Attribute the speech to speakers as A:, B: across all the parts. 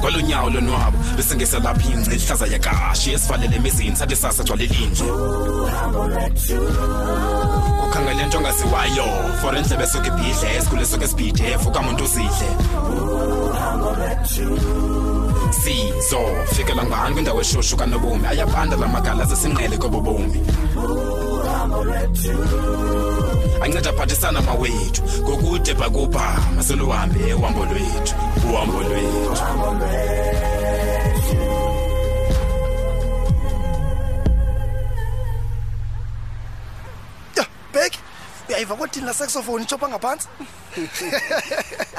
A: kwalonyawo lonwabo bese ngeselapha ingci ihlaza yakashi esivalele emizini sathi sasa gcwale linje ukhangele nto ongaziwayo for endlebe esuke ibhidle esikhule esuke esibhidef ukamuntu uzidle sizo fikela ngani kwindawo eshushu kanobomi ayabanda la magala zesinqele kobobomi anceda aphathisana mawethu ngokude bhakubha maseluhambe uhambo lwethu uhambo lwethu
B: ya bheki uyayiva kodini la saxofoni itshopha ngaphantsi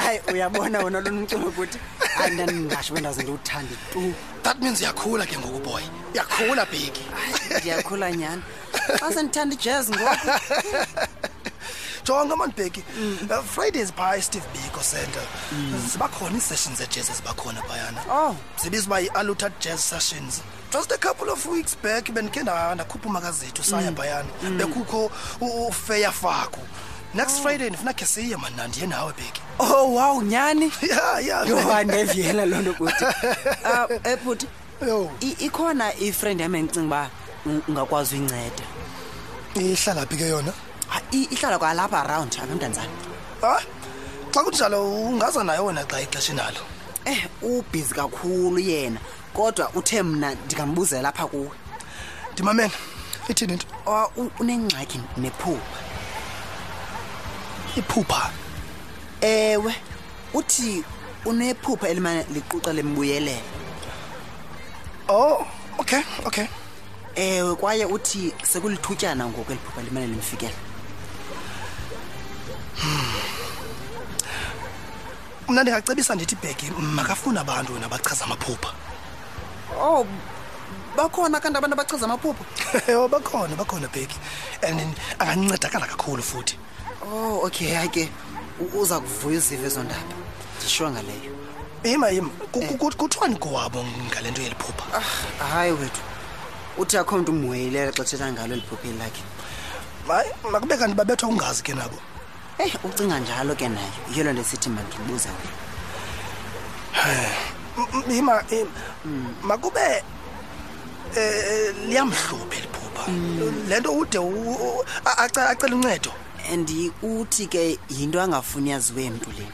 C: hayi uyabona wona lona umcingo ukuthi hayi ndandingasho bendaze ndiwuthande tu
B: that means uyakhula ke ngoku boy uyakhula bheki
C: ndiyakhula nyhani xa sendithanda ijazz ngoku
B: jonga mani bheki Uh, fridays phaya esteve biko center ziba khona ii-sessions zejazz eziba khona phayana
C: Oh.
B: zibiza uba yi-alutat jazz sessions just a couple of weeks back bendikhe nda- ndakhupha umakazethu saya phayana bekukho u- ufeya faku next friday ndifuna khe siye mani nandiye nawe bheki
C: oh wow nyhani
B: ya ya
C: yoba ndeviyela loo nto kuthi um ebhuti
B: Yo.
C: i- ikhona ifriend yam endicinga uba ungakwazi uyinceda
B: ihlala phi ke yona
C: Ha, i- ihlala kwalapha around apha emntanzane
B: ha xa kunjalo ungaza nayo wena xa ixesha nalo
C: eh ubhizi kakhulu yena kodwa uthe mna ndingambuzela apha kuwe
B: ndimamele ithini into
C: Or u- unengxaki nephupha
B: iphupha
C: ewe uthi unephupha elimane liquqa limbuyelela
B: oh okay okay
C: ewe kwaye uthi sekulithutyana ngoku eli phupha limane limfikela
B: mna ndingacebisa ndithi bheki makafuni abantu wena bachaza amaphupha
C: oh bakhona kanti abantu abachaza amaphupha
B: Yho, bakhona bakhona bheki and angancedakala kakhulu futhi
C: oh okay hayi ke u- uza kuvuya uziva ezo ndaba ndishiwa ngaleyo
B: yima yima Ku- ku- ku- kuthiwani kowabo ngale nto yeliphupha
C: Ah, hayi wethu uthi akho mntu umhoyilela xa thetha ngalo eli phupha eli lakhe
B: hayi makube kanti babethwa ungazi ke nabo
C: eyi Eh, ucinga njalo ke nayo yiyo loo nto esithi mandimbuza wena
B: M- m- yima yima. makube eh, liyamhlupha eliphupha le nto ude u- u- a- ace- acele uncedo
C: and uthi ke yinto angafuni yaziwe mntu leni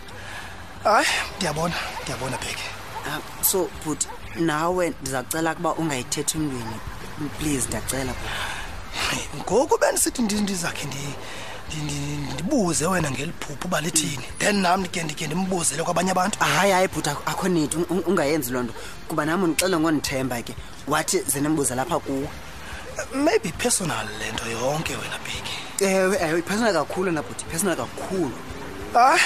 B: hayi ndiyabona ndiyabona bheki
C: Ah, so but nawe ndizacela ukuba ungayithethi mntwini please ndiyacela bhuti.
B: ngoku bendisithi ndi- ndizakhe ndi- ndi- ndi- ndibuze wena ngeliphupha uba lithini then nam ndike ndike ndimbuzele kwabanye abantu
C: hayi hayi but akho- akho nithi ungayenzi loo nto kuba nam undixele ngondithemba ke wathi zenimbuza lapha kuwo
B: maybe personal le nto yonke wena bheki
C: ewe ewe iphesona kakhulu na bhuti iphesona kakhulu
B: hayi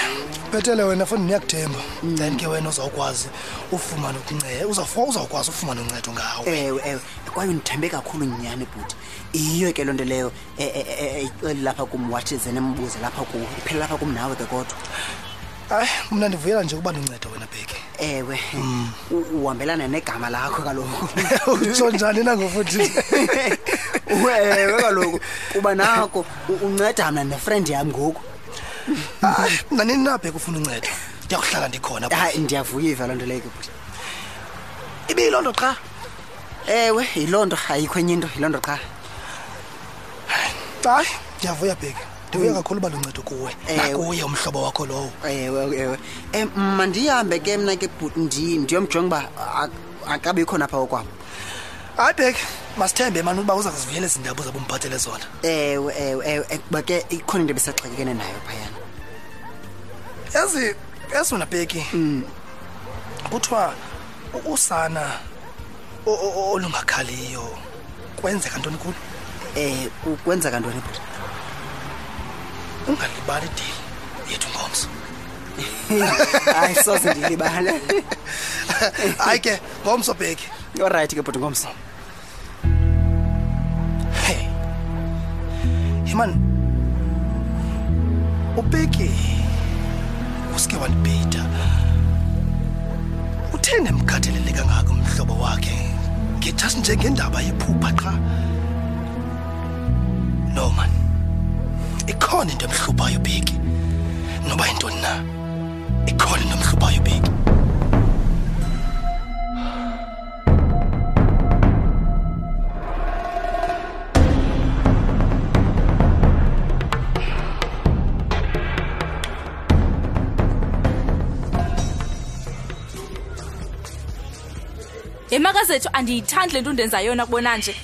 B: bhetele wena fundi ndiyakuthemba then ke wena uzawukwazi ufumane uncedo uzawukwazi ufumane uncedo ngawo
C: ewe ewe kwaye undithembe kakhulu nyhani bhuti yiyo ke loo nto leyo e- e- e- eyixeli lapha kum wathi zenimbuze lapha kuwo iphele lapha kum nawe ke kodwa
B: hayi mna ndivuyela nje ukuba noncedo wena bheki
C: ewe u- uhambelana negama lakho kaloku
B: utsho njani nangofuthi
C: ewe kaloku kuba nako u- unceda mna nefriend yam ngoku
B: hayi mna nini na bheki ufuna uncedo ndiyakuhlala ndikhona
C: hayi ndiyavuyiva loo nto leyo ke bhuti
B: ibiyiloo nto qha
C: ewe yiloo nto ayikho enye into yiloo nto qha
B: hayi ndiyavuya bheki ndivuya kakhulu uba luncedo kuwe
C: Mm. Ewe.
B: nakuye umhlobo wakho lowo
C: ewe ewe um mandihambe ke mna ke bhuti ndi- ndiyomjonga uba a- akabikho napha okwabo
B: hayi bheki masithembe mani uba uza kuzivuyela ezi ndaba uza bumphathele zona
C: ewe ewe ewe eh, kuba ke ikhona into ebesexhekekene nayo phayana
B: ezi ezona bheki kuthiwa u- usana o- o- o- olungakhaliyo kwenzeka ntoni kulo
C: um kwenzeka ntoni bhuti
B: ungalibali ideli yethu ngomso
C: hayi soze ndilibale
B: hayi ke ngomso bheki
C: olrayithi ke bhuti ngomso
B: hey yeman oh, ubheki uske wandibhida utheni emkhathalele kangako umhlobo wakhe ngithathi njengendaba yephupha qha no man ikhona into emhluphayo bheki noba yintoni na ikhona into emhluphayo bheki
D: ye maka zethu andiyithandi le nto undenza yona kubona nje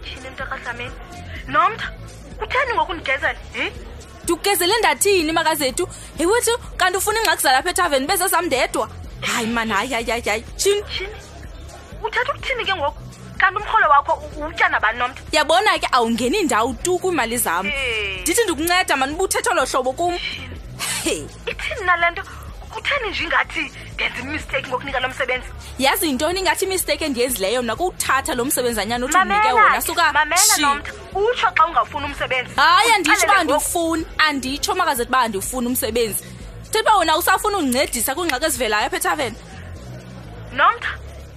E: ndithini emntakadlameni nomtha utheni ngokundigezela hi
D: ndikugezele ndathini maka zethu yewethu kanti ufuna iingxaki zalapha ethaveni bezezam ndedwa hayi mani hayi hayi hayi hayi tshini
E: tshini uthetha ukuthini ke ngoku kanti umrholo wakho u- utya nabani nomtha
D: yabona ke awungeni ndawo tu kwiimali zam
E: Eh.
D: ndithi ndikunceda mani ubuthetha lo hlobo kum Hey,
E: ithini nale nto utheni nje ingathi ndenza imisteyiki ngokunika lo msebenzi
D: yazi yintoni ingathi imisteyiki endiyenzileyo mna kuwuthatha lo msebenzanyana uthi undinike wona
E: mamela ke,
D: suka
E: mamela
D: Tshi.
E: nomtha utsho xa ungawufuni umsebenzi
D: hayi anditsho uba
E: Uqalele ngoku.
D: ndiwufuni anditsho makazethu uba andiwufuni umsebenzi thetha uba wona usafuna undincedisa kwiingxaki ezivelayo apha ethaveni
E: nomtha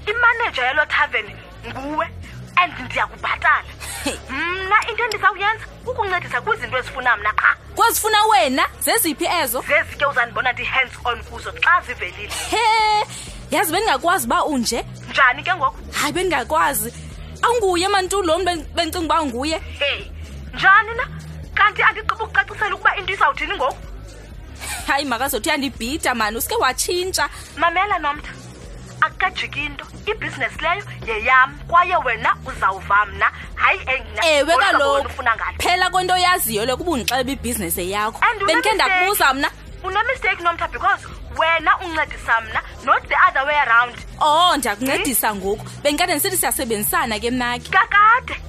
E: imaneja yalo thaveni nguwe and ndiyakubhatala
D: Hey.
E: mna into endisawuyenza kukuncedisa kwizinto ezifuna mna qha
D: kwezifuna wena zeziphi ezo
E: zezi ke uzandibona ndi-hands on kuzo xa zivelile
D: he yazi bendingakwazi uba unje
E: njani ke ngoku
D: hayi bendingakwazi anguye mantu lo mntu ben- bendicinga uba nguye
E: heyi njani na kanti andigqiba ukucacisela ukuba into izawuthini ngoku
D: hayi makazothi uyandibhida mani usike watshintsha
E: mamela nomtha akukajiki into ibhizinesi leyo yeyam kwaye wena uzawuva mna hayi engina
D: ewe
E: ngolu hlobo wena
D: kaloku
E: ufuna ngalo
D: phela kwento oyaziyo le kuba undixelela ibhizinesi yakho
E: And une
D: bendikhe
E: mistake.
D: ndakubuza mna
E: unemisteyiki nomtha because wena uncedisa mna not the other way around
D: oh
E: Hmm?
D: ndiyakuncedisa ngoku bendikade ndisithi siyasebenzisana ke mnaki
E: kakade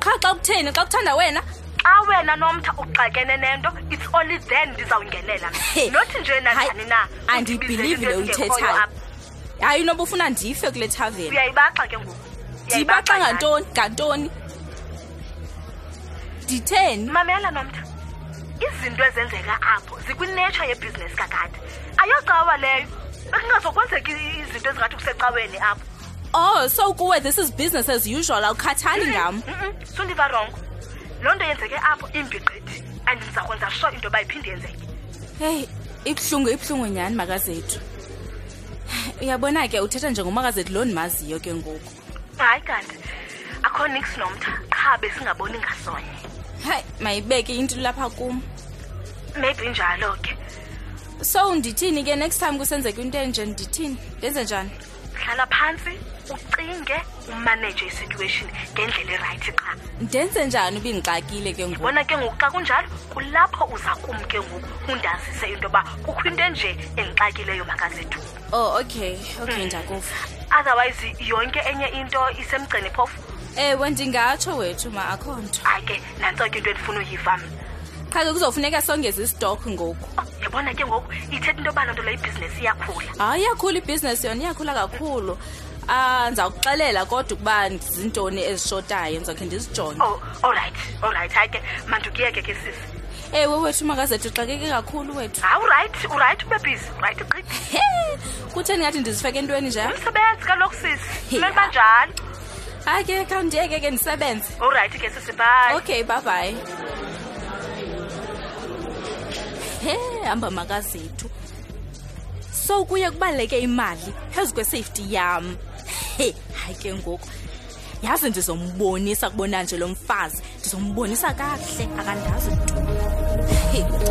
D: qha xa kutheni xa kuthanda wena
E: xa wena nomtha uxakene nento it's only then ndizawungenela
D: He.
E: mna nothi nje nanjani
D: Hayi,
E: na
D: andiyibhilivi
E: Undibizele
D: le
E: into ezingekhoyo
D: uyithethayo.
E: apha.
D: hayi inoba ufuna ndife kule thaveni
E: uyayibaxa ke ngoku
D: ndibaxa
E: nyhani.
D: ngantoni ngantoni nditheni
E: mamela nomtha izinto ezenzeka apho zikwineture yebhizinesi kakade ayocawa leyo bekungazokwenzeki i- izinto ezingathi kusecaweni apho
D: oh so kuwe this is business as usual awukhathali ngam
E: Mm, mm, sundiva rongo loo nto yenzeke apho imbigqithi and ndizakwenza sure into yoba iphinde yenzeke
D: heyi ibuhlungu ibuhlungu nyhani makazethu uyabona ke uthetha njengomakazethu loo ndimaziyo ke ngoku
E: hayi kanti akho nix nomtha qha besingaboni ngasonye
D: hayi mayibeke into lapha kum
E: maybe njalo ke
D: so ndithini ke next time kusenzeka into enje ndithini ndenze njani
E: hlala phantsi ucinge umaneje isituation ngendlela erayithi qha
D: ndenze njani uba indixakile ke ngoku
E: bona ke ngoku xa kunjalo kulapho uza kum ke ngoku undazise into yoba kukho into enje endixakileyo makazethu
D: oh okay okay ndakuva
E: otherwise yonke enye into isemgceni phofu
D: ewe ndingatsho wethu ma akho nto
E: hayi ke nantso ke into endifuna uyiva mna
D: qha ke kuzofuneka songeze istock ngoku
E: Oh, yabona ke ngoku ithetha into yoba loo nto le ibhizinesi iyakhula
D: hayi iyakhula ibhizinesi yona iyakhula kakhulu um ndizawukuxelela kodwa ukuba zintoni ezishotayo ndizawukhe ndizijonge
E: oh olrayithi olrayithi hayi ke mandukuyeke ke sisi
D: ewe wethu makazethu uxakeke kakhulu wethu
E: hayi urayithi urayithi ube bhizi urayithi qithi
D: he kutheni ngathi ndizifeke entweni nje
E: umsebenzi kaloku sisi
D: Yeah.
E: kumele uba njalo
D: hayi ke khawundiyeke ke ndisebenze
E: olrayithi ke sisi bayi
D: okay bye bye he hamba makazethu so kuye kubaluleke imali phezu kwesafety yam he hayi ke ngoku yazi ndizombonisa kubona nje lo mfazi ndizombonisa kakuhle akandazi tu He.